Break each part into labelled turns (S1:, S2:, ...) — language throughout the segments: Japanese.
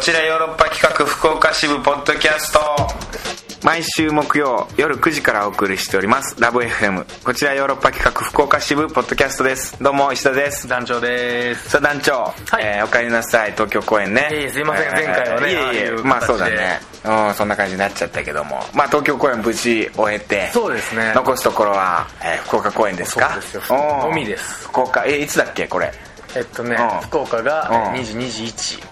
S1: ちらヨーロッパ企画福岡支部ポッドキャスト毎週木曜夜9時からお送りしておりますラブ FM こちらヨーロッパ企画福岡支部ポッドキャストですどうも石田です
S2: 団長です
S1: さあ団長、
S2: はい
S1: えーお帰りなさい東京公演ね
S2: いえいえすいません前回はね
S1: いえい
S2: ああい
S1: え
S2: う形で
S1: まあそうだねうんそんな感じになっちゃったけどもまあ東京公演無事終えて
S2: そうですね
S1: 残すところは、えー福岡公演ですか
S2: そうですよ
S1: うん
S2: のみです
S1: 福岡えーいつだっけこれ
S2: えっとね、
S1: うん
S2: 福岡が
S1: うん
S2: 2221、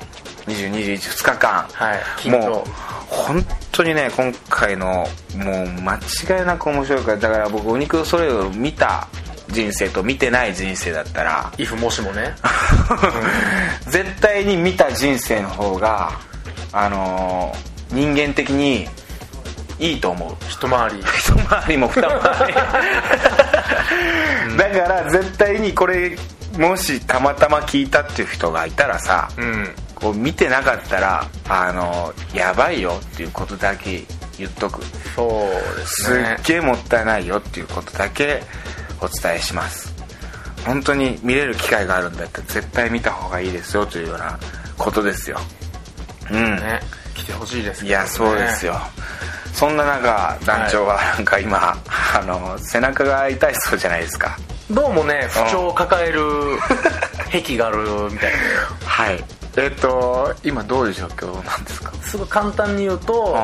S1: 2021日間
S2: はい緊張
S1: もう本当にね今回のもう間違いなく面白いからだから僕お肉それを見た人生と見てない人生だった ら
S2: if もしもね
S1: 絶対に見た人生の方があのー人間的にいいと思う
S2: 一回 り
S1: 一回りも二回 りだから絶対にこれもしたまたま聞いたっていう人がいたらさ、
S2: うん
S1: こう見てなかったらあのやばいよっていうことだけ言っとく
S2: そうです
S1: す
S2: ね
S1: っげえもったいないよっていうことだけお伝えします本当に見れる機会があるんだったら絶対見た方がいいですよというようなことですようん、
S2: ね来てほしいです
S1: い
S2: けどね、
S1: やそうですよ、そんな中団長はなんか今、あの背中が痛いそうじゃないですか
S2: どうもね不調を抱える癖があるみたい
S1: はいえっと今どういう状況なんですか
S2: なすごい簡単に言うと、
S1: ん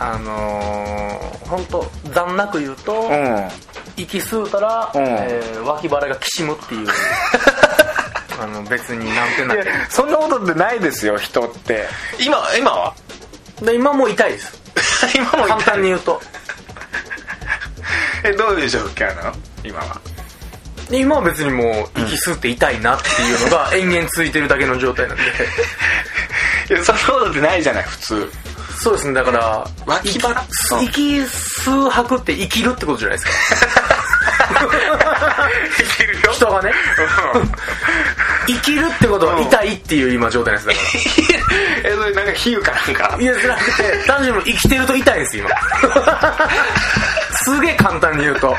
S2: あのー、本当残なく言うと、
S1: うん
S2: 息吸うたら、
S1: うん
S2: えー脇腹がきし むっていうあの別になんてないい
S1: やそんなことってないですよ人って
S2: 今今 はで今もう痛いです今も簡単に言うと
S1: えどういう状況なの今は
S2: で今は別にもう息吸って痛いなっていうのが延々続いてるだけの状 態なんで
S1: いやそんなことってないじゃない普通
S2: そうですねだから
S1: 脇腹
S2: 息息吸う吐くって生きるってことじゃないですか
S1: いけるよ
S2: 人がね生きるってことは痛いっていう今状態なんですだか
S1: えそれなんか比喩かなんから
S2: いやじゃなくて単純に生きてると痛いん です今すげえ簡単に言うと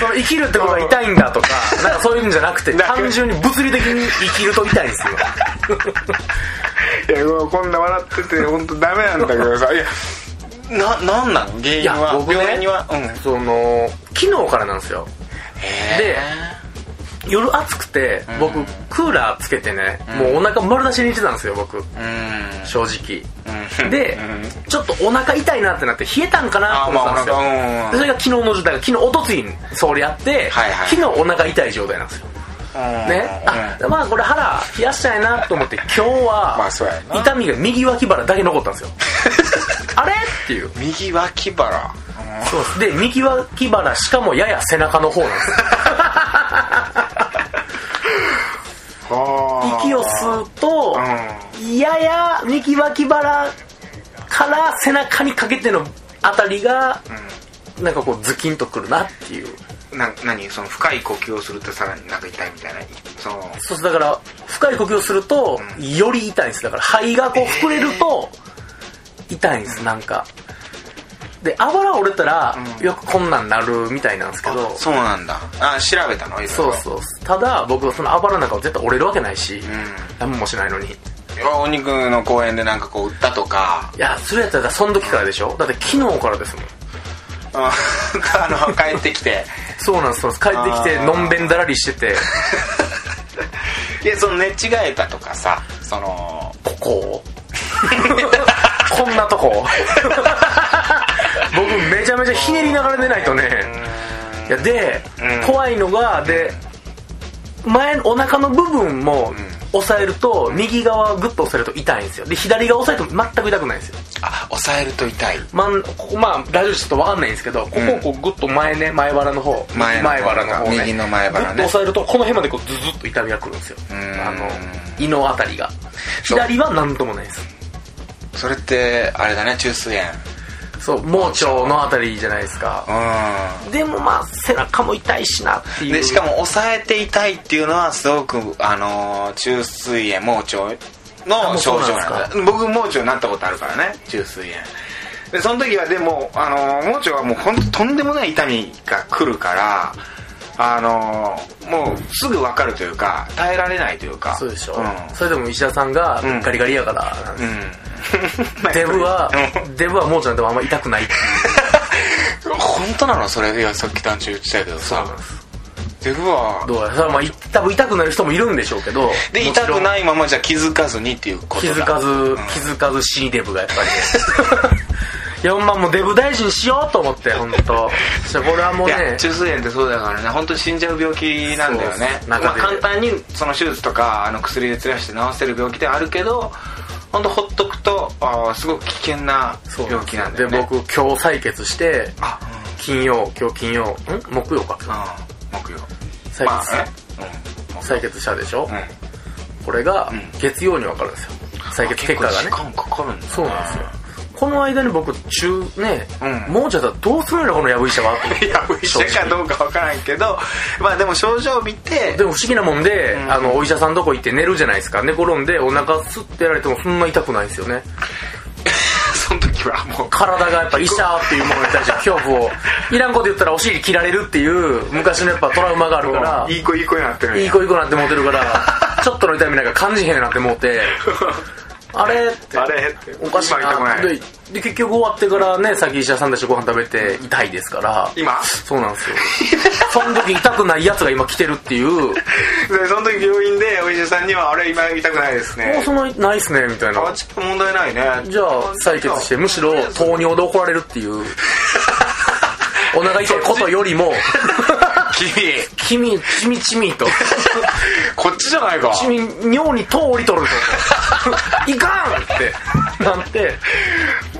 S2: その生きるってことは痛いんだとかなんかそういうんじゃなくて
S1: だけど
S2: 単純に物理的に生きると痛いんですよ
S1: いやもうこんな笑ってて本当ダメなんだけどさ いやななんなの原因
S2: いや僕ね
S1: 病院にはうん
S2: その昨日からなんですよで夜暑くて僕クーラーつけてねもうお腹丸出しにしてたんですよ僕
S1: うん
S2: 正直
S1: うん
S2: でちょっとお腹痛いなってなって冷えたんかな
S1: あ
S2: と
S1: ま
S2: 思っ
S1: あ
S2: たん
S1: お腹う
S2: ですよそ
S1: ん
S2: れが昨日の状態が昨日おとついにそれやって
S1: はいはい
S2: 昨日お腹痛い状態なんですよねあまあこれ腹冷やしたいなと 思って今日
S1: ま
S2: は
S1: あそうやな
S2: 痛みが右脇腹だけ残ったん ですよあれっていう
S1: うん右脇腹
S2: そうですで右脇腹しかもやや背中の方なんですよ
S1: あ
S2: 息を吸うと、やや右脇腹から背中にかけてのあたりが、なんかこうズキンとくるなっていう
S1: な何その深い呼吸をするとさらになんか痛いみたいなその
S2: そうすだから深い呼吸をすると、より痛いんですだから肺がこう膨れると、痛いんですなんかであばら折れたら、よくこんなんなるみたいなんですけど
S1: そうなんだあ調べたのいろいろ
S2: そうそうただ僕はそのあばらなんかは絶対折れるわけないし、何もしないのに
S1: お肉の公園でなんかこう売ったとか
S2: いやそれやったらその時からでしょだって昨日からですもん
S1: あ あの帰ってき て
S2: そうなんですそうなんです帰ってき
S1: あ
S2: て
S1: ー
S2: のんべんだらりしてて
S1: いやその寝違えたとかさその
S2: ここをこんな とこ僕めちゃめちゃひねりながら寝ないとねいやで、
S1: うん
S2: 怖いのがで前のお腹の部分も押さえると右側グッと押さえると痛いんですよで左側押さえても全く痛くないんですよ
S1: あ抑えると痛い
S2: まんここまあラジオちょっと分かんないんですけどここをこうグッと前ね前腹の方
S1: 前の方
S2: 腹の方ね
S1: 右の前腹ね
S2: グッと押さえるとこの辺までこうズズッと痛みがくるんですよ
S1: ん
S2: あの胃のあたりが左は何ともないです
S1: それってあれだね中枢炎
S2: そう盲腸のあたりじゃないですかでもまあ背中も痛いしなっ
S1: う
S2: てい
S1: ん
S2: う
S1: でしかも抑えて痛いっていうのはすごくあのー中枢炎盲腸の症状なん
S2: あもうそうなん
S1: だ
S2: で
S1: 僕盲腸になったことあるからね中枢炎でその時はでもあのー盲腸はもう本当とんでもない痛みが来るからあのーもうすぐ分かるというか耐えられないというか
S2: そうでしょ、
S1: うん
S2: それでも石田さんが
S1: うん
S2: ガリガリやからなんです、
S1: うん
S2: デブは
S1: うん
S2: デブはもうちゃんでもあんま痛くないっていう
S1: 本当なのそれいやさっき団長言ってたけどさデブは
S2: どうやらそれはまあい多分痛くなる人もいるんでしょうけど
S1: で
S2: もち
S1: 痛
S2: ろん
S1: くないままじゃ気づかずにっていうこと
S2: 気
S1: だ
S2: づかず、気づかず C デブがやっぱりねいやほんまもうデブ大事にしようと思って本当そしたらこれはもう
S1: い
S2: ね
S1: や中枢炎ってそうだからね本当に死んじゃう病気なんだよね
S2: そう
S1: まあ、
S2: 中で
S1: 簡単にその手術とかあの薬で治らして治せる病気ではあるけど本当ほっとくとあーすごく危険な
S2: そう
S1: 病気なんだ
S2: で
S1: よね
S2: 僕今日採血して
S1: あ
S2: 金曜今日金曜ん木曜か
S1: うん木曜
S2: 採
S1: まあ
S2: 血
S1: うん
S2: 採血したでしょ、
S1: うん
S2: これが
S1: ん
S2: 月曜に分かるんですよ採血結果がね
S1: 結構時間かかるんだ
S2: そうなんですよこの間に僕中ね、
S1: うん
S2: もうちょっとどうするんだこのやぶ医者はと思って
S1: い や医者かどうかわからんけどまあでも症状を見て
S2: でも不思議なもんで、
S1: ん
S2: あのお医者さんとこ行って寝るじゃないですか寝転んでお腹すってやられてもそんな痛くないんですよね
S1: その時はもう
S2: 体がやっぱ医者っていうものに対して 恐怖をいらんこと言ったらお尻切られるっていう昔のやっぱトラウマがあるから
S1: いい子いい子になってるんや
S2: いい子いい子なんて思ってるから、ちょっとの痛みなんか感じへんなって思って、あれっ て。
S1: あれって
S2: おかしい
S1: 今痛くな
S2: ないで。で、結局終わってからね、先医者さんたちとご飯食べて痛いですから。
S1: 今
S2: そうなんですよ。その時痛くないやつが今来てるっていう、 も
S1: でその時病院でお医者さんには「あれ今痛くないですね」
S2: うその、ないっすね、みたい
S1: あ
S2: な。
S1: ちょっと問題ないね
S2: じゃあ、採血して、むしろ糖尿で怒られるっ ていう。お腹痛いことよりも、
S1: 君
S2: 君、ちみちみ と。
S1: こっちじゃないか
S2: 君尿に糖降りとるぞ いかんってなんて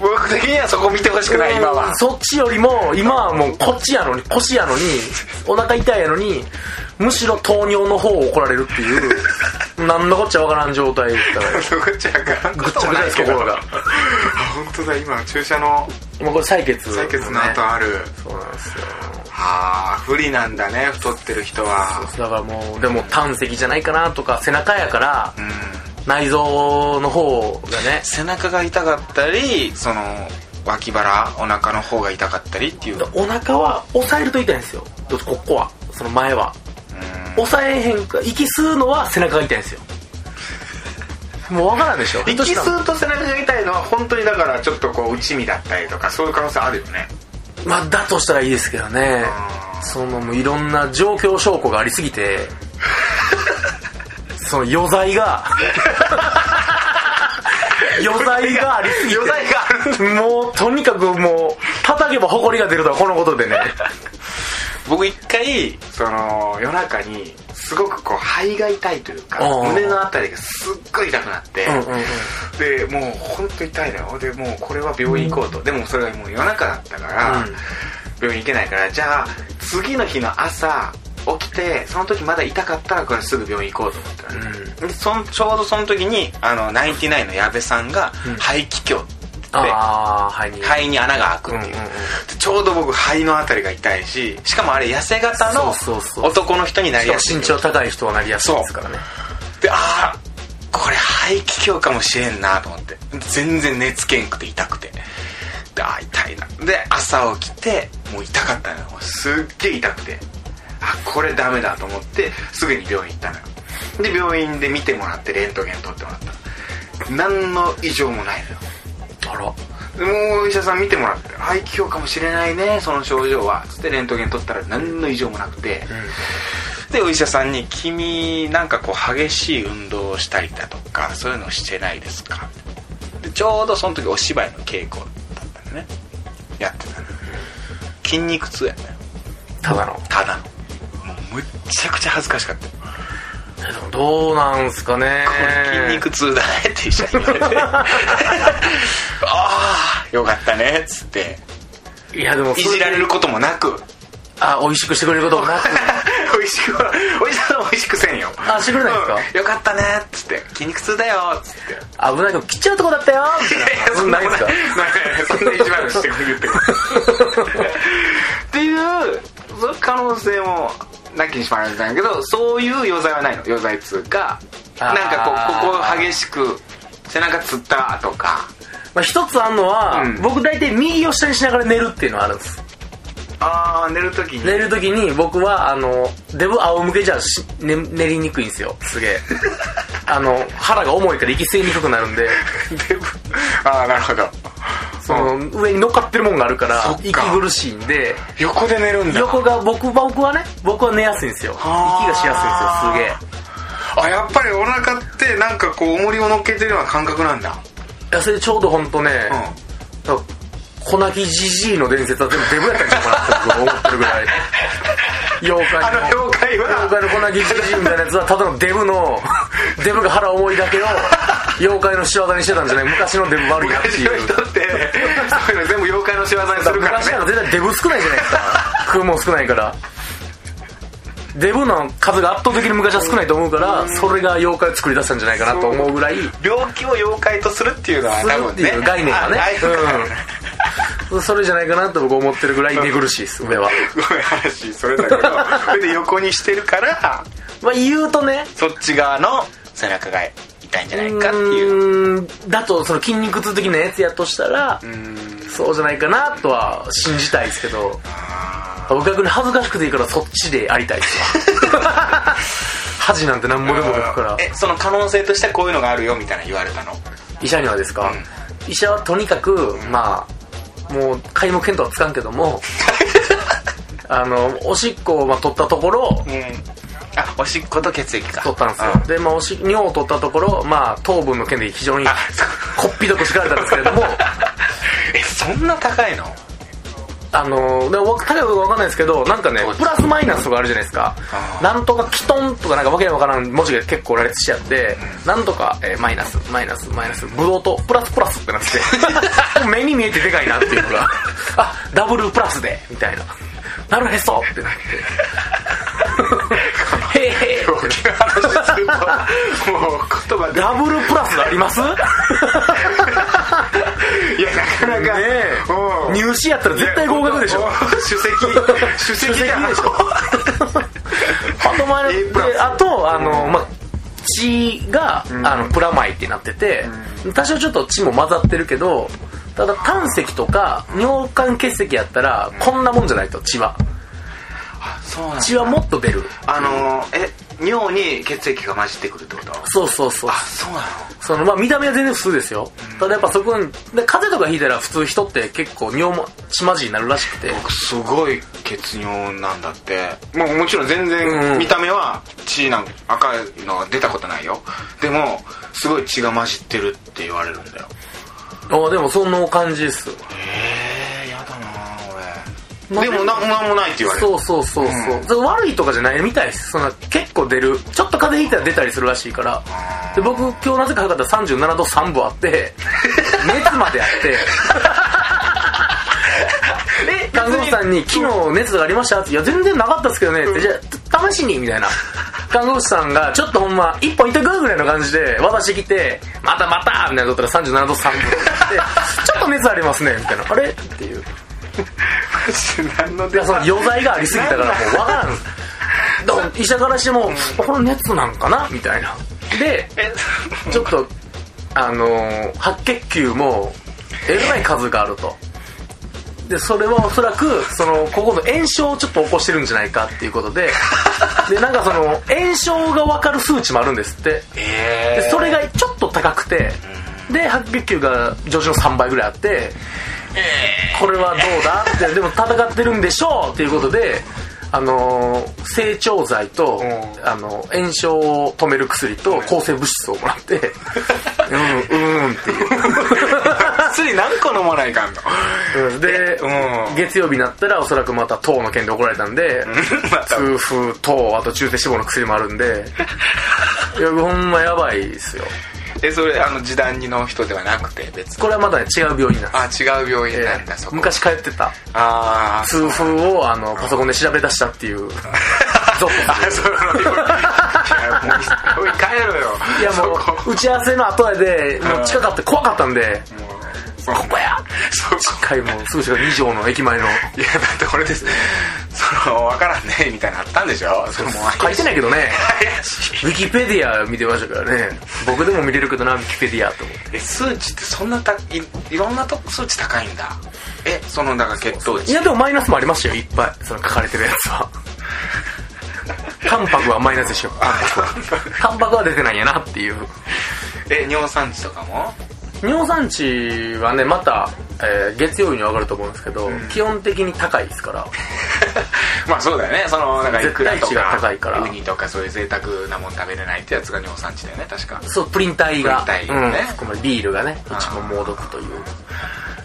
S1: 僕的にはそこ見てほしくない今は
S2: うんそっちよりも今はもうこっちやのに腰やのにお腹痛いやのにむしろ糖尿の方を怒られるっていう何のこっちゃわからん状態だったら
S1: そこじゃあかんこともないけ
S2: ぐっちゃぐちゃです心
S1: ど
S2: が
S1: あ本当だ今注射の
S2: 今これ採 血、
S1: 採血の後ある
S2: そうなんですよ
S1: ああ不利なんだね太ってる人は
S2: だからもうでも胆石じゃないかなとか背中やから
S1: うん
S2: 内臓の方がね
S1: 背中が痛かったりその脇腹お腹の方が痛かったりっていう
S2: お腹は押さえると痛いんですよここはその前は抑えへんか息吸うのは背中が痛いんですよもう分からんでしょ
S1: 息
S2: 人知らん
S1: 吸うと背中が痛いのは本当にだからちょっとこう内身だったりとかそういう可能性あるよね
S2: まあだとしたらいいですけどねそのもういろんな状況証拠がありすぎてその余罪が余罪がありすぎて
S1: 余罪がある
S2: もうとにかくもう叩けば埃が出るとはこのことでね
S1: 僕一回その夜中にすごくこう肺が痛いというか
S2: うん
S1: 胸のあたりがすっごい痛くなって、
S2: うんうんうん
S1: でもう本当痛いのよでもうこれは病院行こうと、でもそれがもう夜中だったから、
S2: うん
S1: 病院行けないからじゃあ次の日の朝起きてその時まだ痛かったらこれすぐ病院行こうと思ったのね、でそんちょうどその時にあのナインティナインの矢部さんが
S2: ん
S1: 肺気胸で、
S2: ああはい
S1: 肺に穴が開くっていう、
S2: うんうんう
S1: で
S2: ん
S1: ちょうど僕肺のあたりが痛いししかもあれ痩せ型の
S2: そうそうそう
S1: 男の人になりやすい
S2: 身長高い人はなりやすいですからね
S1: でああこれ肺気胸かもしれんなと思って全然寝つけんくて痛くてであー痛いなで朝起きてもう痛かったのよすっげえ痛くてあこれダメだと思ってすぐに病院行ったのよで病院で見てもらってレントゲン取ってもらったの何の異常もないのよ
S2: あら
S1: でもうお医者さん見てもらって「肺気胸かもしれないねその症状は」つってレントゲン取ったら何の異常もなくて、でお医者さんに「君なんかこう激しい運動をしたりだとかそういうのしてないですか?」でちょうどその時お芝居の稽古だったのねやってたの筋肉痛やね
S2: ただの
S1: ただのもうむっちゃくちゃ恥ずかしかった
S2: どうなんすかね
S1: これ筋肉痛だねって医者に言われ てああよかったねっつって
S2: いやでも
S1: いじられることもなく
S2: あ美味しくしてくれることもなく
S1: 美味しくはおじさんは美味しくせんよ
S2: あしてくれないんですか
S1: うんよかったねっつって筋肉痛だよっつってい
S2: 危ないけど切っちゃうとこだったよみたいなそんなんないんすか
S1: そんな意地悪してくれるってことっていうその可能性もなきにしもあらずなんだけどそういう余罪はないの余罪っつうか
S2: あ
S1: なん
S2: ー
S1: かこうここ激しく背中つったとか
S2: まあ一つあんのは、
S1: うん
S2: 僕大体右を下にしながら寝るっていうのはあるんです
S1: ああ寝るときに
S2: 寝る時に僕はあのデブ仰向けじゃし、ね、寝りにくいんですよすげ えあの腹が重いから息吸いにくくなるんで
S1: デブああなるほど
S2: その上に乗っかってるもんがあるから
S1: そっか
S2: 息苦しいんで
S1: 横で寝るんだ
S2: 横が僕僕はね僕は寝やすいんですよ息
S1: あー
S2: がしやすいんですよすげえ
S1: あやっぱりお腹ってなんかこう重りを乗っけてるような感覚なんだ
S2: いやそれちょうど本当ね、
S1: うん
S2: だから粉木じじいの伝説は全部デブやったんじゃないかなって僕は思ってるぐ らい妖怪の
S1: あの妖怪は
S2: 妖怪の粉木じじいみたいなやつはただのデブ のデブが腹重いだけを妖怪の仕業にしてたんじゃない昔のデブ悪いなって
S1: 昔
S2: い
S1: の
S2: う
S1: 人ってそういうの全部妖怪の仕業にするから
S2: 昔
S1: ね
S2: なんか絶対デブ少ないじゃない ですか食うもん少ないからデブの数が圧倒的に昔は少ないと思うからそれが妖怪を作り出したんじゃないかなと思うぐらい
S1: 病気を妖怪とするっていうのは
S2: す
S1: 多
S2: るっ
S1: 分
S2: て
S1: ね
S2: いう概念がね
S1: あ概念がね
S2: うんそれじゃないかなと僕思ってるぐらい寝苦しいです上は
S1: ごめん話それだけどそれで横にしてるから
S2: まあ言うとね
S1: そっち側の背中が痛いんじゃないかっていう
S2: うーんだとその筋肉痛的なやつやとしたら
S1: うん
S2: そうじゃないかなとは信じたいですけど僕逆に恥ずかしくていいからそっちでありたいですわ 恥なんて何もでもなくから
S1: えその可能性としてはこういうのがあるよみたいな言われたの
S2: 医者にはですか、医者はとにかくまあもう皆目見当はつかんけ どもあのおしっこをまあ取ったところ
S1: うんあおしっこと血液か
S2: 取ったんですよ、
S1: う
S2: で、まあ、おし尿を取ったところ、まあ、糖分の件で非常に
S1: あそう
S2: こっぴどく叱られたんですけれ ども
S1: えそんな高いの
S2: あのでわ高いことか分かんないですけどなんかねプラスマイナスとかあるじゃないですか
S1: あー
S2: なんとかキトンとかなんかわけわからん文字が結構羅列しちゃって、なんとか、えーマイナスマイナスマイナスブドウとプラスプラスってなって 目に見えてでかいなっていうのがあダブルプラスでみたいななるへそってなっ てへーへー
S1: 病気の話するともう言葉
S2: ダブルプラスあります
S1: でいやなかなか
S2: ねえ
S1: うん
S2: 入試やったら絶対合格でしょ
S1: お首 席 首席じゃん
S2: 首席でしょあと前
S1: A プラス
S2: であとあの、まあ血が、あのプラマイってなってて、多少ちょっと血も混ざってるけどただ胆石とか尿管結石やったらこんなもんじゃないと血は
S1: そうなんだ
S2: 血はもっと出る
S1: あのーえ尿に血液が混じってくるってこと
S2: そうそうそう
S1: そうなの
S2: そのまあ見た目は全然普通ですよただやっぱそこにで風邪とかひいたら普通人って結構尿も血混じりになるらしくて
S1: 僕すごい血尿なんだってもうもちろん全
S2: う
S1: 然
S2: ん
S1: 見た目は血なん赤いのが出たことないよでもすごい血が混じってるって言われるんだよ
S2: あでもそんな感じです
S1: えー、やだな
S2: まあ
S1: 俺でもななんもないって言われる
S2: そうそうそうそう、それ悪いとかじゃないみたいですそんな結構出るちょっと風邪ひいたら出たりするらしいからで僕今日なぜか測ったら37度3分あって 熱まであってで看護師さんに「昨日熱がありました?」って「いや全然なかったですけどね」って「じゃあ試しに」みたいな看護師さんがちょっとほんま一本いってくるぐらいの感じで渡してきて「またまた!」みたいなことったら37度3分 で「ちょっと熱ありますね」みたいな「あれ?」っていう
S1: 何の
S2: い
S1: 出
S2: やその余罪がありすぎたからもうわからんだから医者からしても、これ熱なんかなみたいなで
S1: え
S2: ちょっとあのー白血球もえらい数があるとでそれはおそらくそのここの炎症をちょっと起こしてるんじゃないかっていうことででなんかその炎症が分かる数値もあるんですって
S1: え
S2: でそれがちょっと高くてで白血球が上昇の3倍ぐらいあってこれはどうだって でも戦ってるんでしょうっていうことであのー成長剤と、
S1: ん
S2: あの炎症を止める薬と抗生物質をもらって うんうんって
S1: ー薬何個飲まないかんの
S2: いうで、
S1: うん
S2: 月曜日になったらおそらくまた糖の件で怒られたんで
S1: また
S2: 痛風糖あと中性脂肪の薬もあるん でいやほんまやばいですよ
S1: えそれあの時短にの人ではなくて別に
S2: これはまだね違う病院なんです
S1: あ違う病院
S2: え
S1: なんだ、そ
S2: ー
S1: こ
S2: 昔通ってた
S1: ああ
S2: 痛風をあのパソコンで調べ出したって いうゾッ
S1: あその病院いやもうおい帰ろよ
S2: いやも
S1: そこ
S2: う打ち合わせの後でもう近かった怖かったんで
S1: そこやそこ
S2: 一回もうすぐ近く2畳の駅前の
S1: いやだって俺ですそその分からんねみたいなのあったんでしょそれも
S2: 書いてないけどね
S1: 怪しい
S2: ウィキペディア見てましたからね僕でも見れるけどなウィキペディアと思って
S1: え数値ってそんなたいいろんなとこ数値高いんだえそのだから血糖
S2: い
S1: 値
S2: やでもマイナスもありましたよいっぱいその書かれてるやつはタンパクはマイナスでしょ
S1: あ
S2: タンパクは出てないんやなっていう
S1: え尿酸値とかも
S2: 尿酸値はねまた、えー月曜日に上がると思うんですけど、基本的に高いですから
S1: まあそうだよねそのなんかい
S2: 絶
S1: くら
S2: 対
S1: と
S2: 値が
S1: か
S2: 高いから
S1: ウニとかそういう贅沢なもん食べれないってやつが尿酸値だよね確か
S2: そうプリン体が
S1: プリン体がね
S2: うん、含まれビールがね
S1: あー
S2: 一番猛毒という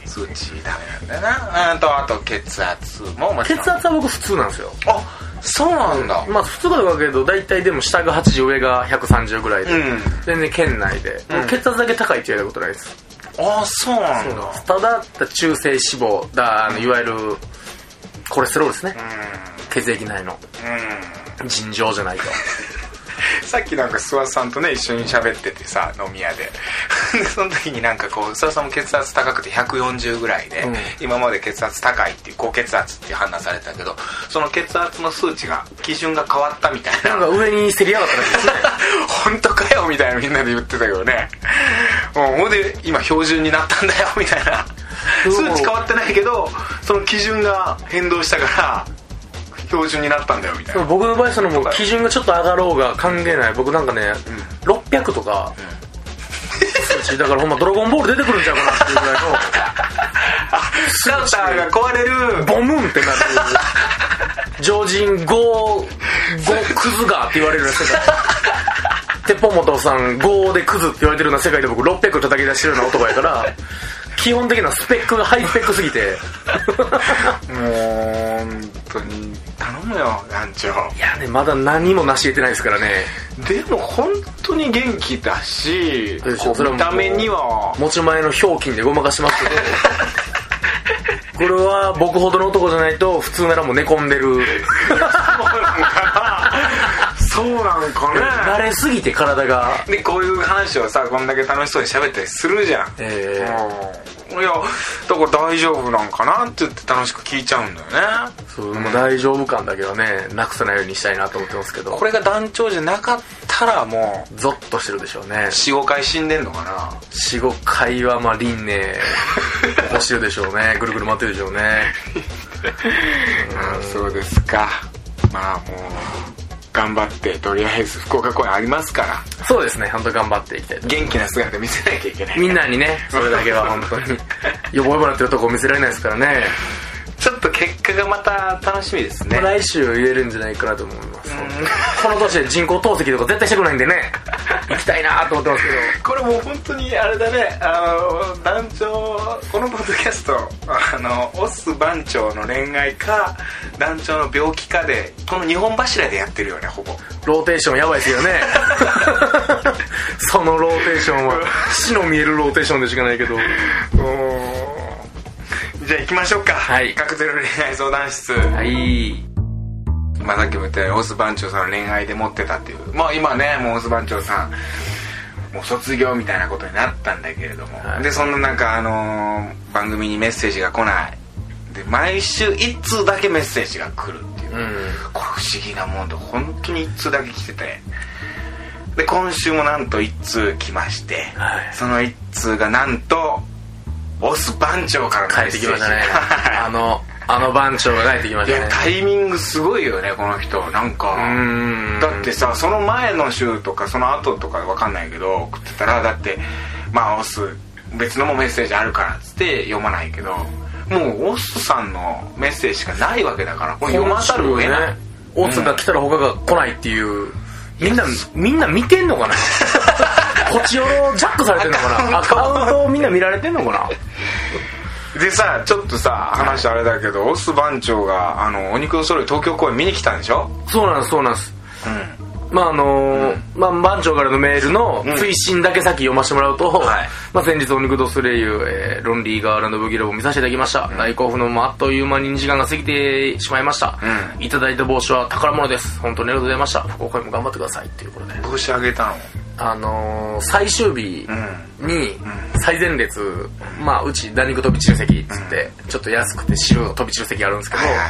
S1: 数値ダメなんだよなうんとあと血圧ももち
S2: 血
S1: ろん
S2: 圧は僕普通なんですよ
S1: あそうなんだ
S2: まあ普通かどうかだけど大体でも下が80上が130ぐらいで、
S1: うん
S2: 全然県内で、
S1: うん
S2: 血圧だけ高いって言われたことないです
S1: あそうなんだ
S2: ただ中性脂肪だあのいわゆるコレステロールですね、血液内の
S1: うんうん
S2: 尋常じゃないと
S1: さっきなんか諏訪さんとね一緒に喋っててさ飲み屋で でその時になんかこう諏訪さんも血圧高くて140ぐらいで、
S2: うん
S1: 今まで血圧高いっていう高血圧っていう判断されてたけどその血圧の数値が基準が変わったみたい な
S2: なんか上にせり上がったらしいですね
S1: 本当かよみたいなみんなで言ってたけどねもうほんで今標準になったんだよ みたいな
S2: そう
S1: 数値変わってないけどその基準が変動したから標準になったんだよみたい
S2: でも
S1: な
S2: 僕の場合そのもう基準がちょっと上がろうが関係ない僕なんかね、600とか、数値だからほんまドラゴンボール出てくるんちゃうかなっていうぐらいの
S1: シャッターが壊れる
S2: ボムンってなる常人5五クズがって言われるような世界鉄砲元さん5でクズって言われてるような世界で僕600叩き出してるような男やから基本的なスペックがハイスペックす ぎて
S1: もう本当に頼むよ団長
S2: いやねまだ何も成し得てないですからね
S1: でも本当に元気だし
S2: でし
S1: こ
S2: ょ
S1: う
S2: それは
S1: 見
S2: もう
S1: た目には
S2: 持ち前のひょうきんでごまかしますけどこれは僕ほどの男じゃないと普通ならもう寝込んでる
S1: そうなんか
S2: 慣れすぎて体が
S1: ねでこういう話をさこんだけ楽しそうに喋ったりするじゃん、
S2: えー
S1: うんいやだから大丈夫なんかなって言って楽しく聞いちゃうんだよね
S2: そう、もう大丈夫感だけはね、なくさないようにしたいなと思ってますけど、
S1: これが団長じゃなかったらもう
S2: ゾッとしてるでしょうね。
S1: 45回死んでんのかな
S2: 4、5回は、まあ、輪廻、起こしてるでしょうね。ぐるぐる回ってるでしょうね。
S1: あそうですかまあもう頑張ってとりあえず福岡公演ありますから
S2: そうですね、本当頑張っていきたいと。
S1: 元気な姿見せなきゃいけない
S2: みんなにね、それだけは本当に、よぼよぼなってるとこ見せられないですからね。
S1: ちょっと結果がまた楽しみですね
S2: 来週言えるんじゃないかなと思います。この年で人工透析とか絶対したくないんでね、行きたいなと思ってますけ
S1: こ
S2: ど。
S1: れもう本当にあれだねあの団長このポッドキャストあのオス番長の恋愛か団長の病気かでこの日本柱でやってるよねほぼ
S2: ローテーションやばいですよね そのローテーションは死の見えるローテーションでしかないけど
S1: じゃあ行きましょうか
S2: はい
S1: カクテル恋愛相談室
S2: はい
S1: まあ、さっきも言ったようにオス番長さんの恋愛で持ってたっていうまあ今ねもうオス番長さんもう卒業みたいなことになったんだけれども、
S2: はい
S1: でそんななんかあのー番組にメッセージが来ないで毎週一通だけメッセージが来るっていう、
S2: う
S1: これ
S2: ん
S1: 不思議なもんで本当に一通だけ来ててで今週もなんと一通来まして、
S2: はい
S1: その一通がなんとオス番長からの
S2: 帰
S1: メッ
S2: って
S1: セー
S2: き
S1: ジ
S2: ましたね
S1: はい
S2: あのあの番長が帰ってき ま
S1: い
S2: した
S1: や
S2: ね
S1: タイミングすごいよねこの人なんか
S2: うーん
S1: だってさその前の週とかその後とかわかんないけど送ってたらだってまあオス別のもメッセージあるからっつって読まないけどもうオスさんのメッセージしかないわけだからもう読まざるを得ない、
S2: オツが来たら他が来ないっていうみんなみんな見てんの かなこっちをジャックされてんのかなアカウントをみんな見られてんのかな
S1: でさちょっとさ話あれだけど、オス番長があのお肉の揃い東京公演見に来たんでしょ
S2: そうなんですそうなんです
S1: うん
S2: まああのーまあ、番長からのメールの推進だけ先読ませてもらうと、
S1: はい
S2: まあ、先日「オニクドスレイユ、えーロンリーガーランドブギラボ」を見させていただきました、大興奮のまああっという間に2時間が過ぎてしまいました、
S1: う
S2: いただいた帽子は宝物です本当にありがとうございました福岡にも頑張ってくださいっていうことで
S1: 帽子あげたの
S2: あのー最終日
S1: う
S2: に最前列、まあ、うちダニング飛び散る席っつって、ちょっと安くて白飛び散る席あるんですけど、
S1: はいはいは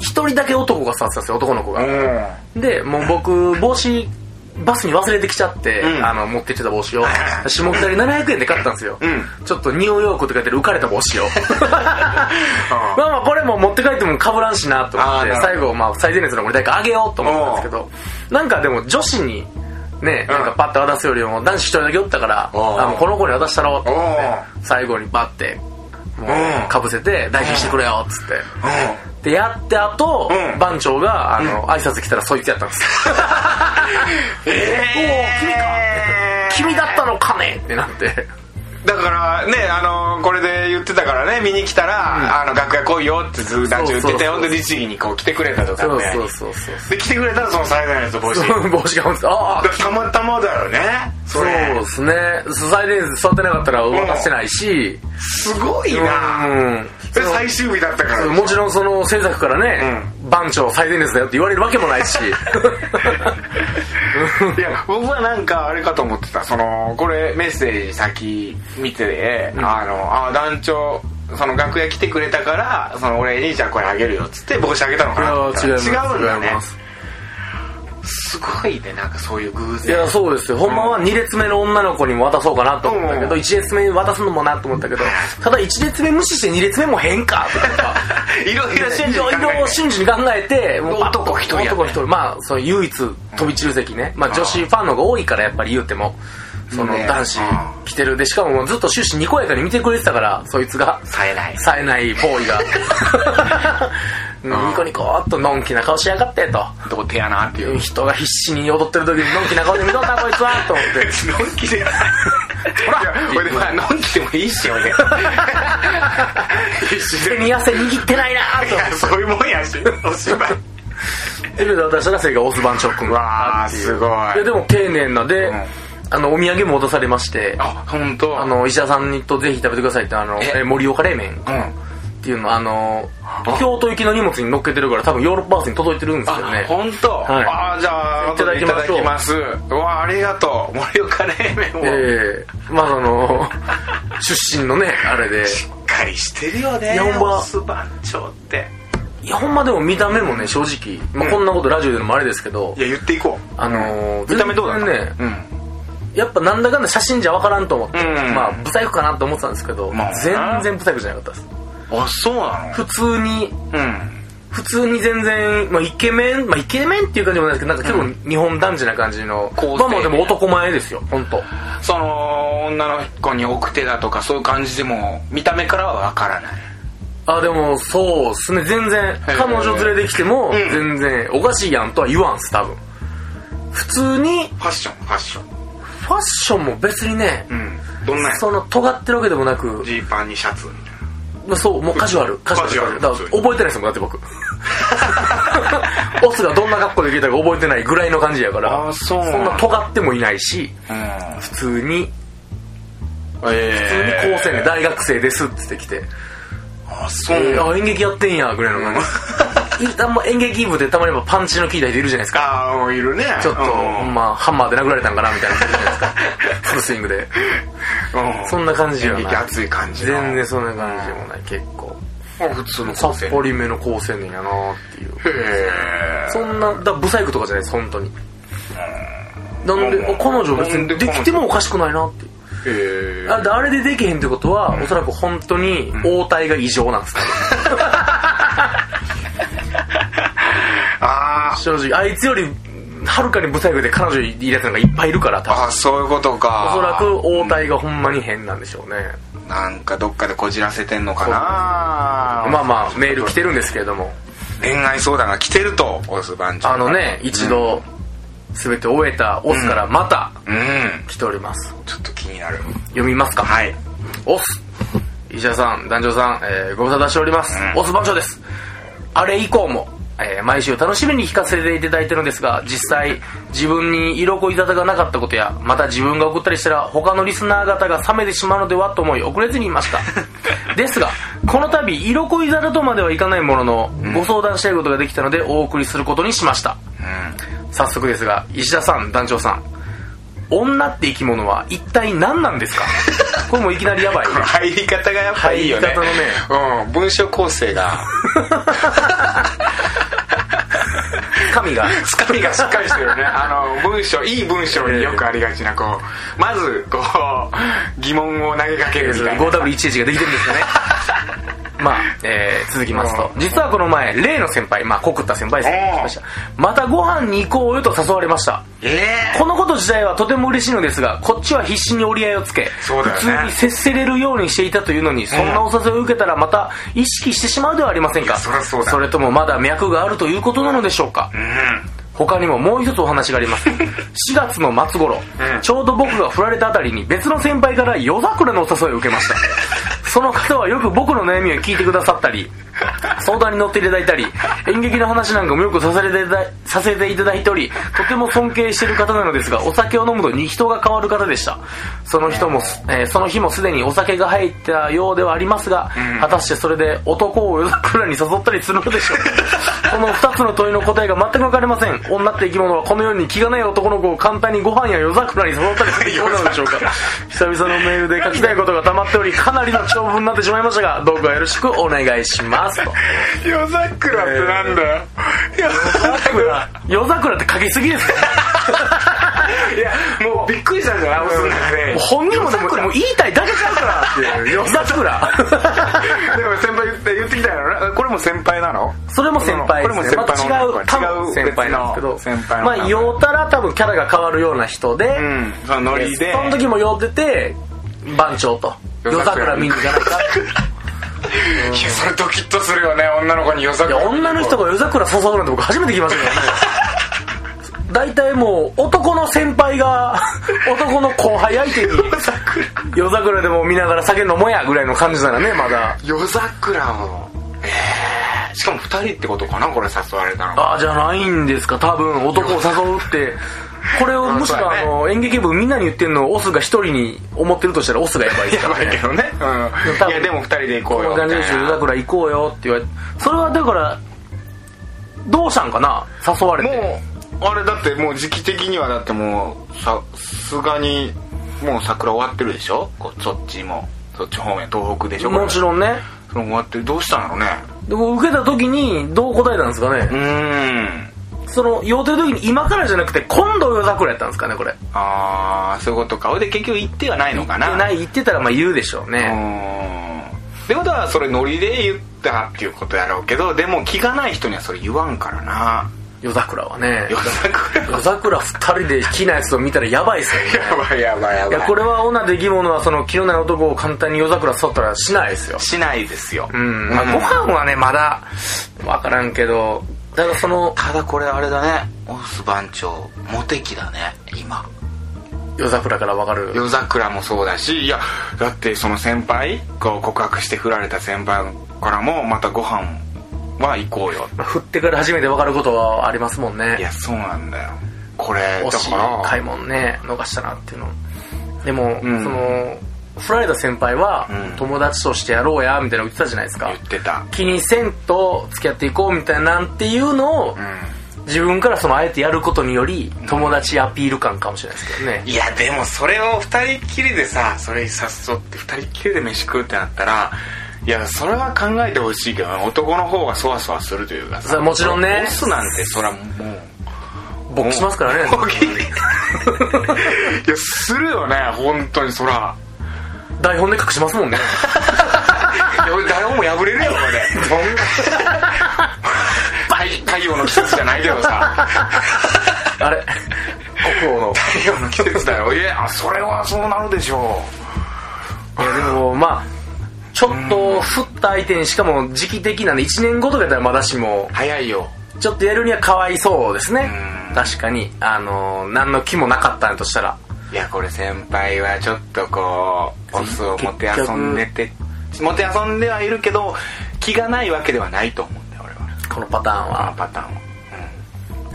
S2: 一人だけ男が座ってたんですよ男の子
S1: う
S2: が、
S1: んは
S2: でもう僕帽子バスに忘れてきちゃって、
S1: うん
S2: あの持ってきてた帽子を
S1: はいはいはい
S2: 下北で700円で買ったんですよ、
S1: うん
S2: ちょっとニューヨークって書いてる浮かれた帽 子をまあまあこれもう持って帰っても被らんしなと思
S1: あ
S2: っ
S1: ー
S2: て
S1: なるほど
S2: 最後まあ最前列の子に誰かあげようと思ったんですけどなんかでも女子にねなんかパッと渡すよりも男子一人だけおったから
S1: おう
S2: あもうこの子に渡したろうと思って
S1: お
S2: 最後にバッても
S1: うん
S2: うかぶせて大事にしてくれよっつって。
S1: う
S2: でやってあと、
S1: うん
S2: 番長があの、挨拶来たらそいつやったん ですよ
S1: んええー、
S2: 君だったのかねってなって
S1: だからねあのこれで言ってたからね見に来たら、あの楽屋来いよってずっと団長言ってたよ
S2: そうそうそう
S1: で律儀にこう来てくれたとか
S2: そう
S1: ね
S2: そうそうそう
S1: で来てくれたらその最大のやつと帽子
S2: そう帽子が本当ああ
S1: だたまたまだよねそ
S2: そう
S1: れ
S2: ですね最前列座ってなかったら渡してないし
S1: すごいうな、
S2: ん
S1: で最終日だったから
S2: もちろんその制作からね、番長最前列だよって言われるわけも ないし
S1: いや僕はなんかあれかと思ってたそのこれメッセージ先見て、あのあ団長その楽屋来てくれたからその俺兄ちゃんこれあげるよっつって帽子あげたの
S2: い
S1: かな
S2: や
S1: と思ったら
S2: 違います
S1: 違うんだ
S2: 違い
S1: ね
S2: ます
S1: すごいねなんかそういう偶
S2: い
S1: 然
S2: やそうですよほんまは2列目の女の子にも渡そうかなと思ったけ
S1: う
S2: ど
S1: ん
S2: 1列目に渡すのもなと思った けどただ1列目無視して2列目も変かとか
S1: いろいろ信
S2: い
S1: じ
S2: ろいろ瞬時に考えてもう
S1: 男一人やね
S2: 男一人まあその唯一飛び散る席ね、まあ、女子ファンの方が多いからやっぱり言うてもその
S1: ね
S2: 男子来てるでしかももうずっと終始にこやかに見てくれてたからそいつが
S1: さえない
S2: 冴えないボーイが ニコニコっとのんきな顔しやがってと
S1: 童貞やなって いう
S2: 人が必死に踊ってる時にのんきな顔で見とったこいつはと思って
S1: 別にのんきではないほら
S2: ら
S1: これでまあのんきでもいいしよね 必死
S2: 手
S1: でい
S2: に汗握ってないなと思
S1: や そういうもんやしお芝居
S2: ってで私が正解オスバンチョックン
S1: わあすごい
S2: ででも丁寧なで、
S1: ん
S2: あのお土産も渡されまして
S1: あ本当
S2: あの石田さんにとぜひ食べてくださいってあの
S1: え
S2: え盛岡冷麺っ
S1: うん
S2: ていうのあの京都行きの荷物に乗っけてるから多分ヨーロッパバスに届いてるんですけど
S1: あ
S2: ね
S1: 本当、
S2: はい
S1: あーじゃあ
S2: いただきましょう
S1: いただきますうわありがとう盛岡冷麺も、
S2: ええまああの出身のねあれで
S1: しっかりしてるよね
S2: いやほんま
S1: オス番長って
S2: いやほんまでも見た目もね正直、まあ、こんなことラジオでもあれですけど
S1: いや言っていこう
S2: あのー
S1: 見た目どうだった
S2: 全然ね
S1: うん
S2: やっぱなんだかんだ写真じゃわからんと思って、
S1: うん
S2: まあブサイクかなと思ってたんですけど、
S1: まあ
S2: 全然ブサイクじゃなかったです
S1: あそうな
S2: 普通に
S1: のうん
S2: 普通に全然、まあ、イケメン、まあ、イケメンっていう感じでもないですけど、なんか結構日本男児な感じの、
S1: 構成
S2: まあまあでも男前ですよ、本当。
S1: その女の子に奥手だとかそういう感じでも見た目からはわからない
S2: あ、でもそうですね、全然、彼女連れてきても、
S1: うん
S2: 全然、おかしいやんとは言わんす、多分。普通に、
S1: ファッションファッション
S2: ファッションも別にね、
S1: うんどんなんや
S2: その尖ってるわけでもなく、
S1: ジーパンにシャツみたい
S2: まあそう、もうカジュアル、カジュア
S1: カ
S2: ル。
S1: ジュアル
S2: だから覚えてないですもん、だって僕。 オスがどんな格好できたか覚えてないぐらいの感じやから、
S1: あそう
S2: そんな尖ってもいないし、
S1: なうん
S2: 普通に、
S1: ええ
S2: 普通に高青年大学生ですって言ってきて、
S1: あそう
S2: えーあ演劇やってんやぐらいの感 じ、いあんま演劇部でたまにやっぱパンチの効いた人いるじゃないですか
S1: ああいるね
S2: ちょっと、
S1: うん
S2: ほんまハンマーで殴られたんかなみたいな人いるじゃ ないですかフルスイングで
S1: うん
S2: そんな感じじゃ
S1: 演劇
S2: ない
S1: 熱い感じの
S2: 全然そんな感じでもない結構
S1: 普通の
S2: さ
S1: 高
S2: っ
S1: 生
S2: ぱりめの高青年やなーっていう
S1: へ
S2: そんなだブサイクとかじゃないです本当になんで
S1: うん
S2: あ彼女別
S1: なんで
S2: にできてもおかしくないなっていう
S1: え
S2: あであれでできへんってことは、おそらく本当に応対が異常なんですか、
S1: あー
S2: 正直あいつよりはるかにブサイクで彼女いるやつなんかいっぱいいるから多分
S1: あーそういうことか
S2: おそらく応対がほんまに変なんでしょうね
S1: なんかどっかでこじらせてんのかな
S2: まあまあメール来てるんですけれども
S1: 恋愛相談が来てるとオス番長
S2: あのね一度全て終えたオスからまた
S1: うん
S2: 来ております
S1: ちょっと気になる
S2: 読みますか
S1: はい
S2: オス石田さん男女さん、えーご無沙汰しております、
S1: うん
S2: オス番長ですあれ以降も、えー毎週楽しみに聞かせていただいてるんですが実際自分に色恋沙汰がなかったことやまた自分が送ったりしたら他のリスナー方が冷めてしまうのではと思い遅れずにいました ですがこの度色恋沙汰とまではいかないものの、ご相談したいことができたのでお送りすることにしました
S1: うん
S2: 早速ですが石田さん団長さん女って生き物は一体何な んですかこれもういきなりやばいね
S1: 入り方がやっぱいいよね
S2: 入り方
S1: うん文章構成が
S2: つか みが
S1: つかみがしっかりしてるよねあの文章いい文章によくありがちなこうまずこう疑問を投げかけるみたいな
S2: 5W1H ができてるんですよねまあ、えー続きますと
S1: う
S2: 実はこの前例の先輩まあ告った先輩ですね
S1: うん
S2: ましたまたご飯に行こうよと誘われました
S1: え
S2: このこと自体はとても嬉しいのですがこっちは必死に折り合いをつけ、
S1: そうだよね
S2: 普通に接せれるようにしていたというのにそんなお誘いを受けたらまた意識してしまうではありません
S1: いや
S2: か
S1: そりゃそうだ
S2: れともまだ脈があるということなのでしょうか、
S1: え
S2: 他にももう一つお話があります 4月の末頃、
S1: うん
S2: ちょうど僕が振られたあたりに別の先輩から夜桜のお誘いを 受けましたその方はよく僕の悩みを聞いてくださったり相談に乗っていただいたり演劇の話なんかもよくさせていたださせていただいておりとても尊敬している方なのですがお酒を飲むとに人が変わる方でしたその人もす、えーその日もすでにお酒が入ったようではありますが、果たしてそれで男を夜桜に誘ったりするのでしょうかこの2つの問いの答えが全く分かりません女って生き物はこのように気がない男の子を簡単にご飯や夜桜に誘ったりするそうなのでしょうか久々のメールで書きたいことが溜まっておりかなりの長文になってしまいましたがどうかよろしくお願いしますと
S1: 夜桜ってなんだよ、夜桜
S2: 夜桜って書きすぎですか
S1: いやもうびっくりしたんじゃない俺の中で
S2: もう本人もでももう言いたいだけちゃうからって夜 桜
S1: でも先輩言って言ってきたよなこれも先輩なの
S2: それも先輩です、ね、
S1: これも先輩の女の子
S2: また違う多分
S1: 違う
S2: 先輩なんですけど
S1: 別の先輩の
S2: まあ酔うたら多分キャラが変わるような人で、
S1: うんそのノリで
S2: その時も酔ってて番長と
S1: 夜
S2: 夜
S1: 桜
S2: 桜見に行か ないか
S1: いやそれドキッとするよね女の子に夜
S2: いや
S1: 桜
S2: 女の人が夜桜誘うなんて僕初めて聞きました けどね大体もう男の先輩が男の後輩相手に夜桜でも見ながら酒飲もうやぐらいの感じならねまだ
S1: 夜桜もえーしかも二人ってことかなこれ誘われたの
S2: ああじゃないんですか多分男を誘うってこれをむし
S1: そう
S2: ろ
S1: だね
S2: あの演劇部みんなに言ってるのをオスが一人に思ってるとしたらオスがやばいで
S1: や
S2: すから
S1: ばいけ
S2: ね
S1: どね
S2: 多
S1: うん
S2: 分
S1: いやでも二人で行
S2: こ
S1: こ
S2: う
S1: う
S2: いう
S1: よ
S2: 感
S1: み
S2: じ
S1: た
S2: でしょ
S1: い
S2: 夜
S1: な
S2: 桜行こうよって言われてそれはだからどうしたんかな誘われて
S1: もうあれだってもう時期的にはだってもうさすがにもう桜終わってるでしょこうそっちもそっち方面東北でしょ
S2: もち
S1: ん
S2: ろんね
S1: その終わってるどうしたんだろうね
S2: でも受けた時にどう答えたんですかね
S1: う、ーん
S2: その予定の時に今からじゃなくて今度夜桜やったんですかねこれ
S1: ああそういうことかほいで結局行ってはないのかな
S2: でない言ってたらまあ言うでしょう
S1: う
S2: ね、
S1: ーんってことはそれノリで言ったっていうことやろうけどでも気がない人にはそれ言わんからな
S2: 夜桜はね
S1: 夜桜
S2: 夜桜2人で木のやつを見たらやばいっすよね
S1: やばいやばいや
S2: い
S1: ばい
S2: やこれは女できものはその気のない男を簡単に夜桜誘ったらしないですよ
S1: しないですよ、
S2: うん、まあ、ご飯はねまだ分からんけどだからその
S1: ただこれあれだねオス番長モテ期だね今
S2: 夜桜から分かる
S1: 夜桜もそうだしいやだってその先輩こう告白して振られた先輩からもまたご飯は行こうよ
S2: まあ振ってから初めて分かることはありますもん
S1: い
S2: ね
S1: やそうなんだよこれだ
S2: 惜しい
S1: から
S2: 買い物ね逃したなっていうのでも、
S1: ん
S2: その振られた先輩は、
S1: うん
S2: 友達としてやろうやみたいなの言ってたじゃないですか
S1: 言ってた
S2: 気にせんと付き合っていこうみたいなんていうの
S1: う
S2: を、
S1: ん
S2: 自分からそのあえてやることにより友達アピール感かもしれないですけどね
S1: いやでもそれを2人っきりでさそれ誘って2人っきりで飯食うってなったらいやそれは考えてほしいけどね男の方がそわそわするというか
S2: それ
S1: さ
S2: はもちろんね
S1: ボスなんてそらもう
S2: 僕しますからね
S1: もういやするよね本当にそら
S2: 台本で隠しますもんね
S1: いや俺誰も破れるよこれそんな太太陽の季節じゃないけどさ
S2: あれ国王の
S1: 太陽の季節だよいやそれはそうなるでしょ
S2: いやでもまあちょっと振った相手にしかも時期的なんで1年後とかだったらまだしも
S1: う早いよ
S2: ちょっとやるにはかわいそうですね
S1: うん
S2: 確かにあの何の気もなかったんやとしたら
S1: いやこれ先輩はちょっとこうオスをもて遊んでてもて遊んではいるけど気がないわけではないと思うんだよ俺は
S2: このパター
S1: あ
S2: ン
S1: の
S2: は
S1: パターンは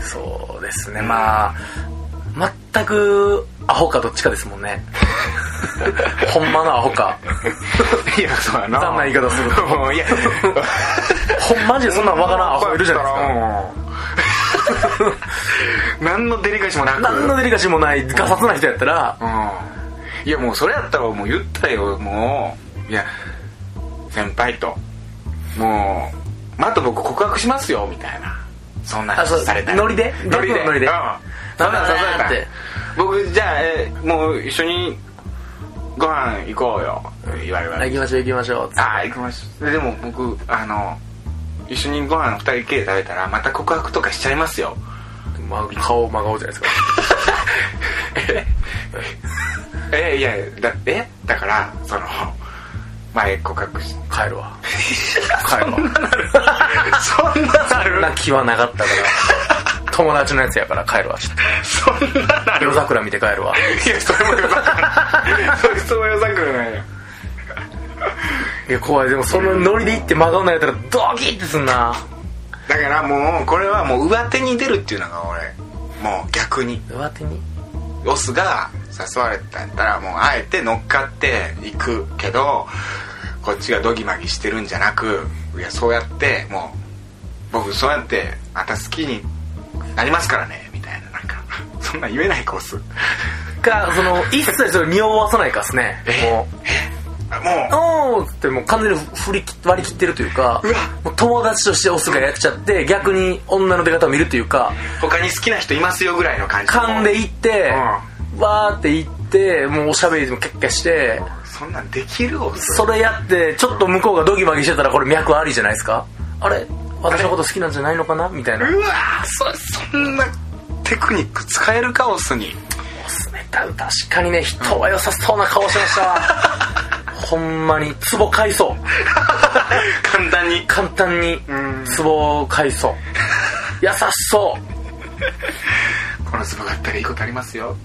S2: そうですねまあ全くアホかどっちかですもんねほんまのアホか
S1: いやそうやな
S2: 残念な言い方すると
S1: うんいや
S2: ほんまじでそんなんわからんアホいるじゃな いですか
S1: ですか 何のデリカシーもなく
S2: 何のデリカシーもないガサツな人やったら
S1: うんいやもうそれやったらもう言ったよもういや先輩ともうまた僕告白しますよみたいなそんな
S2: あそう
S1: 話されたら
S2: ノリで
S1: ノリで
S2: ノリで
S1: うんそんなの
S2: だな
S1: された
S2: っ
S1: ら
S2: て
S1: 僕じゃあえもう一緒にご飯行こうよ言われ
S2: あ
S1: る
S2: 行きましょう行きましょう
S1: ああ行きましょうででも僕あの一緒にご飯二人きりで食べたらまた告白とかしちゃいますよ
S2: ま顔真顔じゃないですか
S1: えいやだえだからその前告白し
S2: 帰るわ帰るわ
S1: そんなな
S2: そん
S1: る
S2: な気はなかったから友達のやつやから帰るわ
S1: そんななる
S2: 夜桜見て帰るわ
S1: いやそれもよさくないそれもよさくないよ
S2: いや怖いでもそのノリで行って真顔なやったらドキッてすんな
S1: だからもうこれはもう上手に出るっていうのが俺もう逆に
S2: 上手に
S1: オスが誘われたんやったらもうあえて乗っかっていくけどこっちがドギマギしてるんじゃなくいやそうやってもう僕そうやってあんた好きになりますからねみたいななんかそんなん言えないかオスも
S2: かその一切それ匂わさないかっすねもう
S1: う
S2: 「おーっつってもう完全に振り切割り切ってるというか
S1: うわ
S2: もう友達としてオスがやっちゃって逆に女の出方を見るというか
S1: 他に好きな人いますよぐらいの感じ
S2: 噛んでいって
S1: う
S2: わーっていってもうおしゃべりでもキャッキャして
S1: そんなんできるオス
S2: それやってちょっと向こうがドギマギしてたらこれ脈ありじゃないですかあれ私のこと好きなんじゃないのかなみたいうな
S1: わそそんなテクニック使えるかオスに
S2: 冷たい確かにね人は良さそうな顔してました わほんまにツボ買いそう
S1: 簡単に
S2: 簡単に
S1: ん
S2: ツボ買いそう優しそう
S1: この粒があったらいいことありますよ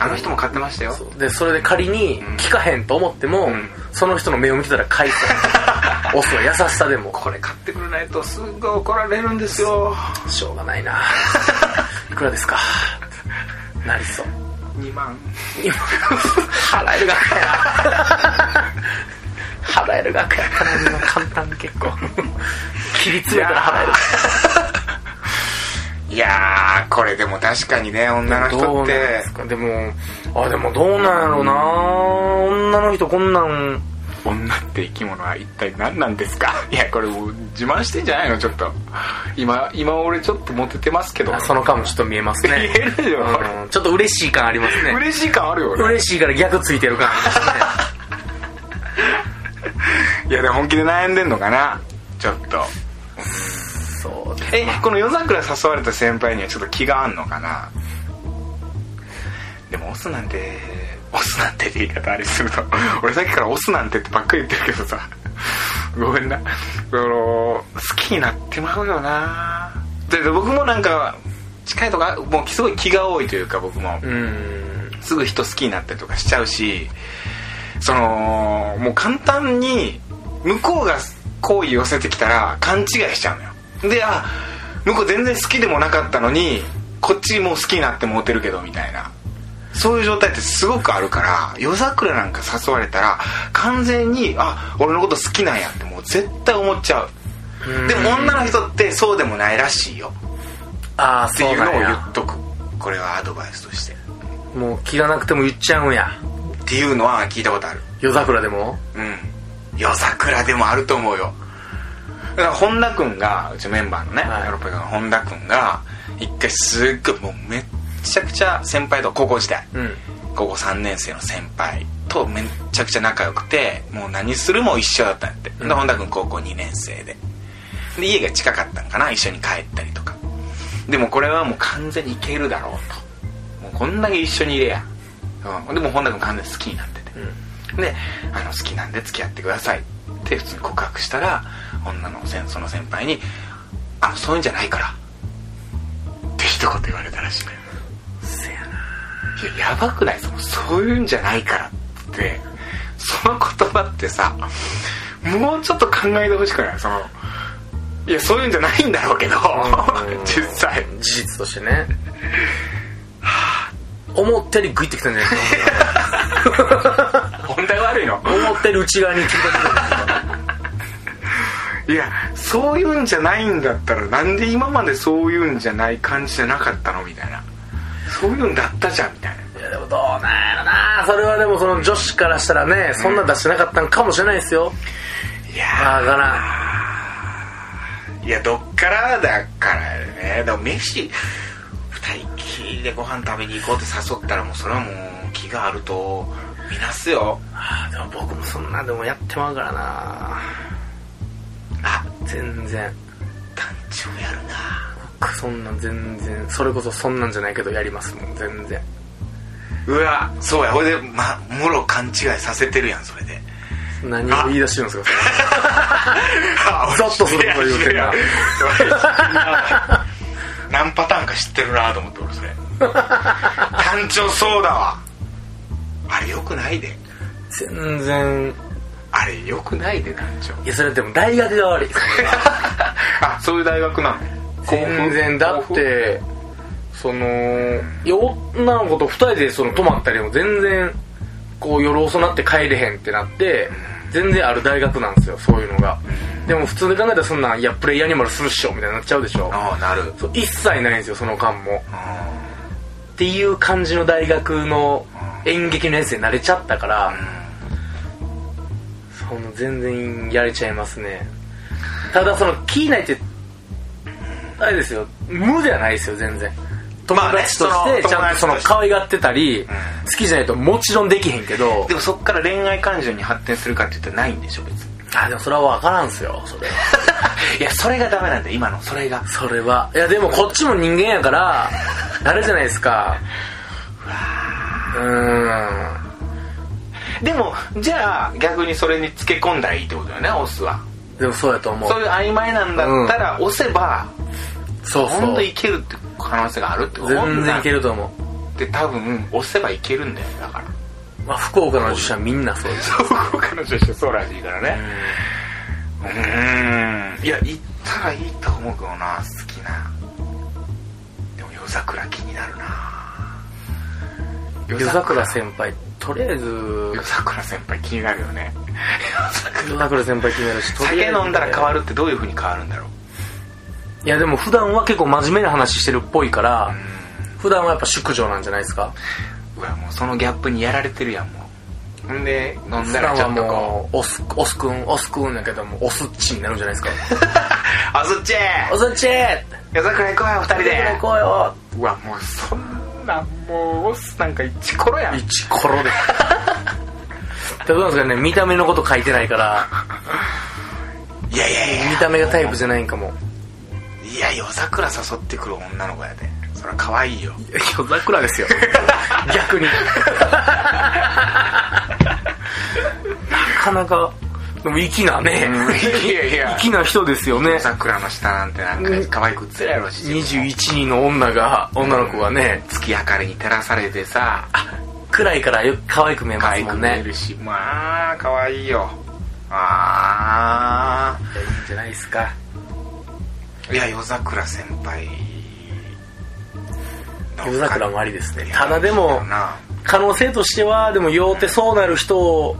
S1: あの人も買ってましたよ
S2: でそれで仮に聞かへんと思っても、
S1: ん
S2: その人の目を見てたら買い そうオスは優しさでも
S1: これ買ってくれないとすぐ怒られるんですよ
S2: しょうがないな いくらですかなりそう
S1: 2万
S2: 今 払える額や な払える額やから今簡単に結構切り詰めたら払える
S1: いやーこれでも確かにね女の
S2: ど
S1: 人
S2: うなん
S1: っ
S2: で
S1: て
S2: すかでもあでもどうなんやろうな女の人こんなん
S1: 女って生き物は一体何なんですかいやこれもう自慢してんじゃないのちょっと今今俺ちょっとモテてますけど
S2: あその顔もちょっと見えますね
S1: 言えるよ
S2: うんちょっと嬉しい感ありますね
S1: 嬉しい感あるよ俺
S2: 嬉しいから逆ついてる感ありますね
S1: いやでも本気で悩んでんのかなちょっと
S2: そうです
S1: えこの夜桜誘われた先輩にはちょっと気があんのかなでもオスなんてオスなんてって言い方あれすると 俺さっきからオスなんてってばっかり言ってるけどさごめんなその好きになってまうよなでで僕もなんか近いとかもうすごい気が多いというか僕も
S2: うん
S1: すぐ人好きになったりとかしちゃうしそのもう簡単に向こうが好意寄せてきたら勘違いしちゃうのよであ向こう全然好きでもなかったのにこっちもう好きになってモテるけどみたいなそういう状態ってすごくあるから夜桜なんか誘われたら完全にあ俺のこと好きなんやってもう絶対思っちゃうでも女の人ってそうでもないらしいよ
S2: ああ
S1: ってい
S2: そう
S1: うの
S2: な
S1: を
S2: ん
S1: 言
S2: や
S1: っとくこれはアドバイスとしてっ
S2: もう気がなくても言っちゃうんや
S1: ていうのは聞いたことある
S2: 夜桜でも
S1: うん夜桜でもあると思うよだから本田君がうちのメンバーのね、
S2: はい
S1: ヨーロッパの本田君が一回すっごいもうめっちゃくちゃ先輩と高校時代
S2: うん
S1: 高校3年生の先輩とめっちゃくちゃ仲良くてもう何するも一緒だったんやって、
S2: うん
S1: で本田君高校2年生でで家が近かったんかな一緒に帰ったりとかでもこれはもう完全にいけるだろうともうこんだけ一緒にいれや、うん、でも本田君完全に好きになってて、であの好きなんで付き合ってくださいって普通に告白したら女の先その先輩に「あのそういうんじゃないから」って一言言われたらしいのよ
S2: せやない
S1: ややばくないそのそういうんじゃないからってその言葉ってさもうちょっと考えてほしくないそのいやそういうんじゃないんだろうけど 実際
S2: 事実としてね思ったよりグイってきたんじゃないですか
S1: 本当は悪いの
S2: 思ったより内側に切り立てたんですか
S1: いやそういうんじゃないんだったらなんで今までそういうんじゃない感じじゃなかったのみたいなそういうんだったじゃんみたいない
S2: やでもどうなんやろなそれはでもその女子からしたらねそんな出してなかったんかもしれないですよ
S1: いや
S2: わからん
S1: ーいやどっからだからねでも飯二人きりでご飯食べに行こうって誘ったらもうそれはもう気があると見なすよ
S2: あーでも僕もそんなでもやってまうからな
S1: あ
S2: 全然
S1: 団長やるな
S2: 僕そんなん全然それこそそんなんじゃないけどやりますもん全然
S1: うわそうやほいで、ま、もろ勘違いさせてるやんそれで
S2: 何を言い出してるんですか
S1: ゾ
S2: ゾッとすること言うてんな
S1: 何パターンか知ってるなと思って俺それ単調そうだわあれよくないで
S2: それ全然
S1: あれよくないで団長
S2: いやそれでも大学が悪い
S1: あそういう大学なの
S2: 全然だってそのいや女の子と2人でその泊まったりも全然こう夜遅なって帰れへんってなって全然ある大学なんですよそういうのがでも普通で考えたらそんなんいやプレイアニマルするっしょみたいになっちゃうでしょ
S1: ああなる
S2: そう一切ないんですよその間も
S1: あ
S2: っていう感じの大学の演劇のやつに慣れちゃったから、その全然やれちゃいますねただその聞いないってあれですよ無ではないですよ全然友
S1: まあね
S2: 達とし
S1: そ
S2: て
S1: の
S2: ちゃんとその
S1: 友達として
S2: 可愛がってたり、好きじゃないともちろんできへんけど
S1: ーでもそっから恋愛感情に発展するかって言ったらないんでしょ別 に
S2: あでもそれは分からんすよそれはい
S1: やそれがダメなんだよ今のそれが
S2: それはいやでもこっちも人間やからあれじゃないですかうーん
S1: でもじゃあ逆にそれにつけ込んだらいいってことだよね押すは
S2: でもそうやと思う
S1: そういう曖昧なんだったら押せば、
S2: そうそ
S1: ほんと
S2: う
S1: いけるって可能性があるってこと
S2: 全然いけると思う
S1: って多分押せばいけるんだよだから
S2: まあ、福岡の女子はみんなそうです。
S1: そう彼女してそうらしいからねうーんいや行ったらいいと思うけどな好きなでも夜桜気になるな
S2: 夜桜先輩、とりあえず、
S1: 夜桜先輩気になるよね
S2: 夜桜先輩決めるし、とりあえ
S1: 酒
S2: ず
S1: 飲んだら変わるってどういう風に変わるんだろう
S2: いや、でも普段は結構真面目な話してるっぽいから、普段はやっぱ宿女なんじゃないですか。
S1: うわもうそのギャップにやられてるやんもうほんで飲ん
S2: 普
S1: だ
S2: 段
S1: らち
S2: は
S1: ょっとこ
S2: もう、オス、オスくん、オスくんだけども、オスっちになるんじゃ ないですか。
S1: う「あずっち
S2: オスっち
S1: 夜桜行こうよ二人
S2: で
S1: で
S2: 行こうよ」
S1: うわもうそんなんもうオスなんか一コロやん
S2: 一コロで。どうなんですかね、見た目のこと書いてないから、
S1: いやいやいや
S2: 見た目がタイプじゃないんかも。
S1: いや夜桜誘ってくる女の子やでそりゃ可愛いよ
S2: 夜桜ですよ逆になかなかでも粋なね、
S1: いやいや
S2: 粋な人ですよね
S1: 夜桜の下なんてなんか可愛く映ってるやろし
S2: 21人の女が女の子がね
S1: 月明かりに照らされてさ
S2: 暗いからよく可愛く見え
S1: 可
S2: ます
S1: 愛
S2: も
S1: く
S2: ん
S1: 見え
S2: ね
S1: るしまあ可愛いよあ
S2: いいんじゃないですか
S1: あいや夜桜先輩
S2: 夜桜もありですね
S1: いや
S2: ただで
S1: そう
S2: も
S1: だな
S2: 可能性としてはでも酔ってそうなる人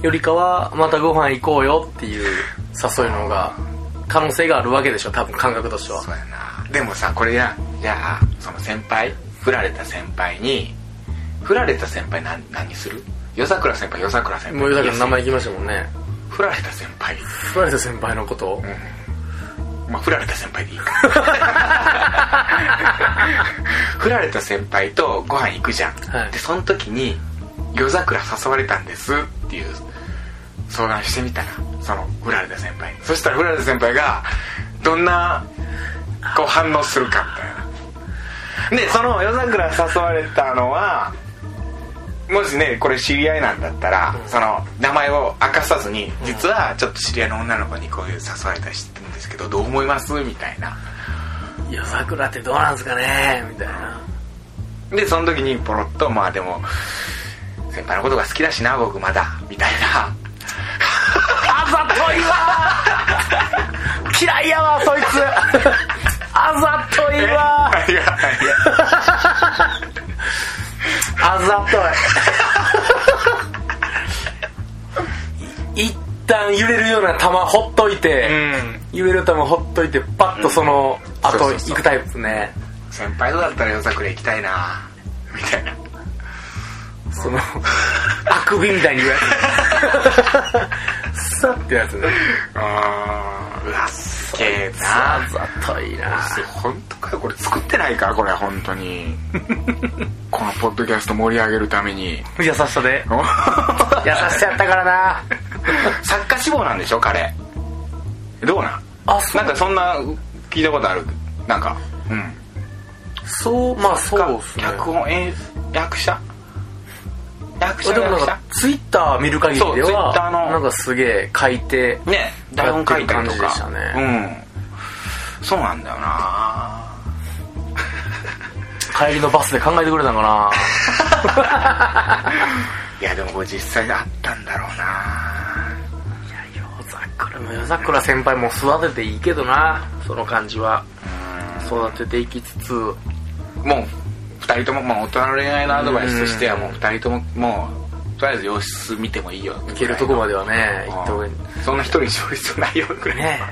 S2: よりかはまたご飯行こうよっていう誘いの方が可能性があるわけでしょ多分感覚としては
S1: そうやなでもさこれやじゃあその先輩振られた先輩に振られた先輩何何する夜桜先輩夜桜先輩
S2: もう夜桜の名前行きましたもんね
S1: 振られた先輩
S2: 振られた先輩のこと、
S1: まあ振られた先 輩でいいか振られた先輩とご飯行くじゃん、
S2: はい
S1: でその時に「夜桜誘われたんです」っていう相談してみたらその振られた先輩にそしたら振られた先輩がどんなこう反応するかみたいなでその夜桜誘われたのはもしねこれ知り合いなんだったら、その名前を明かさずに実はちょっと知り合いの女の子にこういう誘われたりしてるんですけどどう思いますみたいない
S2: や、桜ってどうなんすかねみたいな。
S1: でその時にポロッとまあでも先輩のことが好きだしな僕まだみたいな
S2: あざといわー嫌いやわ、そいつあざといわー
S1: い やいや
S2: あざとい。い一旦揺れるような球ほっといて、
S1: うん
S2: 揺れる球ほっといて、パッとその、あ
S1: そう
S2: と
S1: そうそう
S2: 行くタイプね。
S1: 先輩とだったら夜桜行きたいなみたいな
S2: その、あくびみたいに言われて。 さってやつね
S1: あーうわすげえな
S2: あざといな
S1: 本当かよこれ作ってないかこれ本当 にこのポッドキャスト盛り上げるために
S2: 優しさで優しさやったからな
S1: 作家志望なんでしょ彼どうなん
S2: あそ
S1: な
S2: うん
S1: かそんな聞いたことあるなんかうん
S2: そうまあそうっすね
S1: 脚本演役者役
S2: あ
S1: 者
S2: でもなん
S1: 役者
S2: かツイッター見る限りで
S1: そうツイッター
S2: は
S1: の
S2: なんかすげえ書いて
S1: ね台本書いたりと
S2: やってる感じで
S1: か
S2: した
S1: うんそうなんだよな
S2: 帰りのバスで考えてくれたんかない
S1: やでもこれ実際あったんだろうな
S2: 夜桜も夜桜先輩も育てていいけどなその感じは育てていきつつ
S1: もう二人とも、まあ、大人の恋愛のアドバイスとしてはもう二人とももうとりあえず様子見てもいいよ
S2: いけるとこまではね
S1: うん
S2: 行った方がいい
S1: そんな一人に勝率ないよぐらい、
S2: ね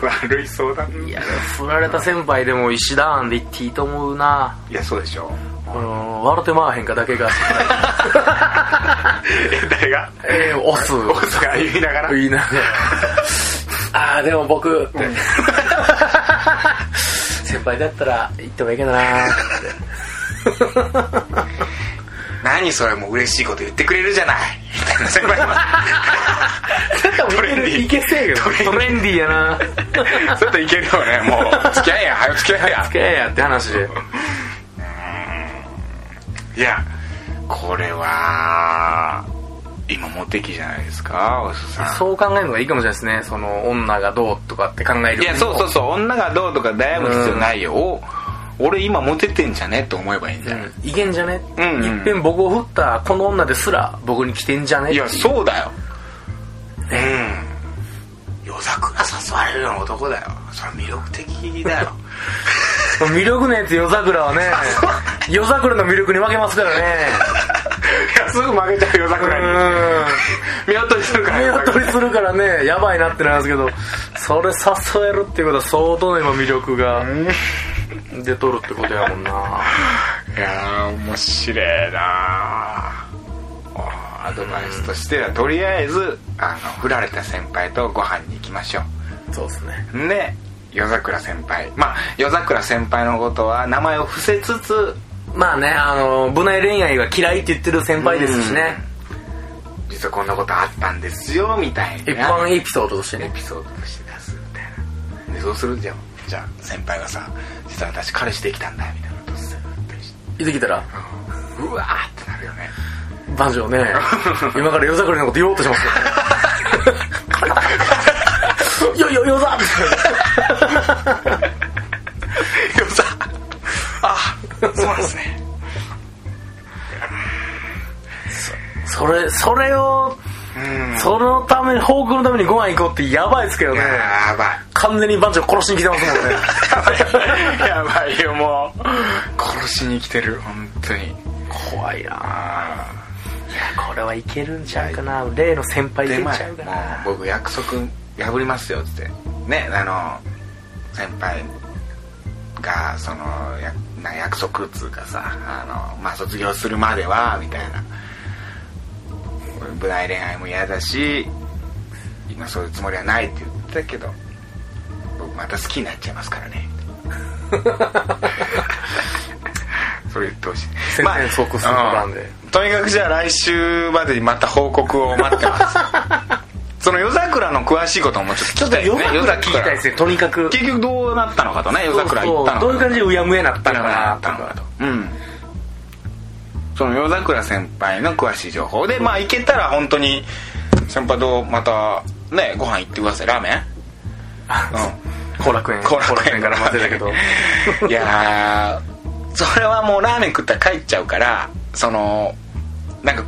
S1: 悪い相談
S2: いや振られた先輩でも石段で行っていいと思うない
S1: やそうでしょ
S2: この笑ってまわへんかだけが
S1: え誰が
S2: えー、押す
S1: 大阪言いながら
S2: 言いながらああでも僕って、 先輩だったら行ってもいいけどな
S1: 何それもう嬉しいこと言ってくれるじゃ ないみたいな先輩もトレンディ
S2: いけせえよ
S1: ト
S2: ト
S1: レ
S2: レンディーやな
S1: ーそれといけるよねもう付き合えや早く付き合えや
S2: 付き合えやって話で
S1: いやこれは今モテ期じゃないですかおすさん
S2: そう考えるのがいいかもしれないですねその女がどうとかって考えるよりも
S1: いやそうそうそう女がどうとか悩む必要ないよ、お俺今モテてんじゃねと思えばいいんじゃない、
S2: うんいけんじゃね、
S1: うんうん
S2: いっぺん僕を振ったこの女ですら僕に来てんじゃね
S1: いやそうだようん夜桜誘われるような男だよそれ魅力的だよ
S2: 魅力のやつ夜桜はね夜桜の魅力に負けますからね
S1: いやすぐ負けちゃう夜桜に見劣りするから
S2: 目
S1: 夜
S2: を
S1: 桜
S2: 取りするからねやばいなってなるんですけどそれ誘えるっていうことは相当の今魅力が出とるってことやもんない
S1: やー面白えなあアドバイスとしてはとりあえずあの振られた先輩とご飯に行きましょう
S2: そうですね
S1: で夜桜先輩まあ夜桜先輩のことは名前を伏せつつ
S2: まあねあの部内恋愛が嫌いって言ってる先輩ですしね、
S1: 実はこんなことあったんですよみたいな
S2: 一般エピソードとして
S1: エ
S2: ね
S1: ピソードとして出すみたいなでそうするじゃんじゃあ先輩がさ「実は私彼氏できたんだ」みたいなことする
S2: 言ってきたら
S1: うわーってなるよね
S2: バンジョーね今から夜桜のこと言おうとしますよ よよ夜桜
S1: よさあそうなんですね
S2: それそれを
S1: うん
S2: そのために報告のためにご飯行こうってやばいですけどね
S1: やばい
S2: 完全に番長殺しに来てますもん ね
S1: やばいよもう殺しに来てる本当に
S2: 怖いな
S1: ああ
S2: これはいけるんちゃうかな例の先輩いけ
S1: 手
S2: んち
S1: 前
S2: ゃう
S1: も
S2: か
S1: う
S2: な
S1: 僕約束破りますよっつってねあの先輩がそのやな約束っつうかさあの、まあ、卒業するまではみたいな部内恋愛も嫌だし今そういうつもりはないって言ってたけど僕また好きになっちゃいますから ねそれ言ってほしい
S2: 宣戦布告するパターンで
S1: うんとにかくじゃあ来週までにまた報告を待ってますその夜桜の詳しいこともちょっと聞きたいですね
S2: 夜桜聞きたいですねとにかく
S1: 結局どうなったのかとね夜桜行ったのか
S2: どういう感じでうやむやなった
S1: どう
S2: の
S1: な
S2: かな
S1: ったのかとうんその夜桜先輩の詳しい情報でまあ行けたら本当に先輩とまたねご飯行ってくださいラーメンうん
S2: 後楽園後楽園から待ってたけど
S1: いやーそれはもうラーメン食ったら帰っちゃうからそのなんか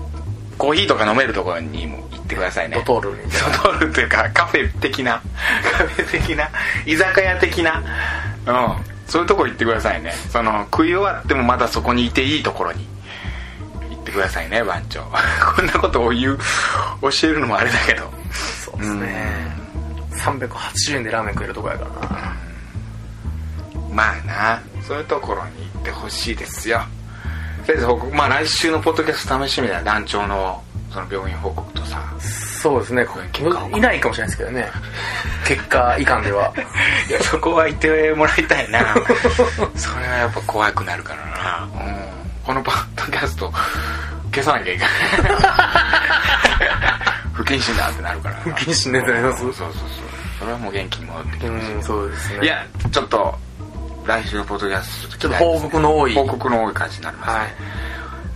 S1: コーヒーとか飲めるところにも行ってくださいね
S2: ドトー ルに
S1: ドトールというかカフェ的な カフェ的な居酒屋的なうんそういうとこ行ってくださいねその食い終わってもまだそこにいていいところに行ってくださいね番長 こんなことを言う教えるのもあれだけど
S2: そうですね380円でラーメン食えるとこやからな
S1: まあなそういうところに行ってほしいですよとりあえず報告まあ来週のポッドキャスト楽しみだ団長のそその病院報告とさ
S2: そうですね
S1: 結果を
S2: いないかもしれないですけどね結果いかんで はい
S1: やそこは言ってもらいたい なそれはやっぱ怖くなるからな、うん、このパッドキャスト消さなきゃいけない 不謹慎だってなるから不
S2: 謹慎だってなります
S1: そうそうそうそれはもう元気に戻ってきてほしい、
S2: うんそうですね
S1: いやちょっと来週のポッドキャストち
S2: ちょっと報告の多い
S1: 報告の多い感じになります、
S2: はい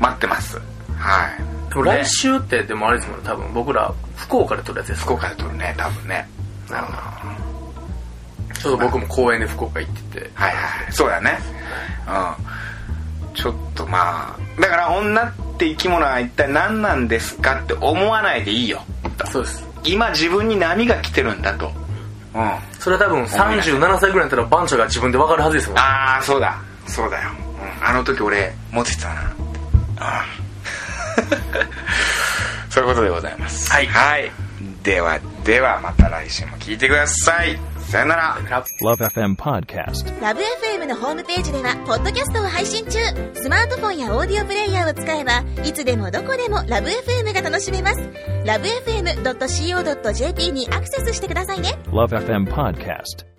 S1: 待ってますはい
S2: でも来
S1: ね
S2: 週ってでもあれですもんね多分僕ら福岡で撮るやつです
S1: 福岡で撮るね多分ねなるほど
S2: ちょっと僕も公演で福岡行ってて
S1: はいはいそうだねうんちょっとまあだから女って生き物は一体何なんですかって思わないでいいよ
S2: そうです
S1: 今自分に波が来てるんだとうんあ
S2: それは多分37歳ぐらいだったら番長が自分で分かるはずですもん
S1: あーそうだそうだよ、うん、あの時俺持ってたなあ そういうことでございます
S2: はい
S1: はい、ではではまた来週も聞いてくださいさよなら
S3: Love FM Podcast.
S4: ラブ f m のホームページではポッドキャストを配信中スマートフォンやオーディオプレイヤーを使えばいつでもどこでもラブ f m が楽しめますラブ FM.co.jp にアクセスしてくださいね
S3: Love FM Podcast.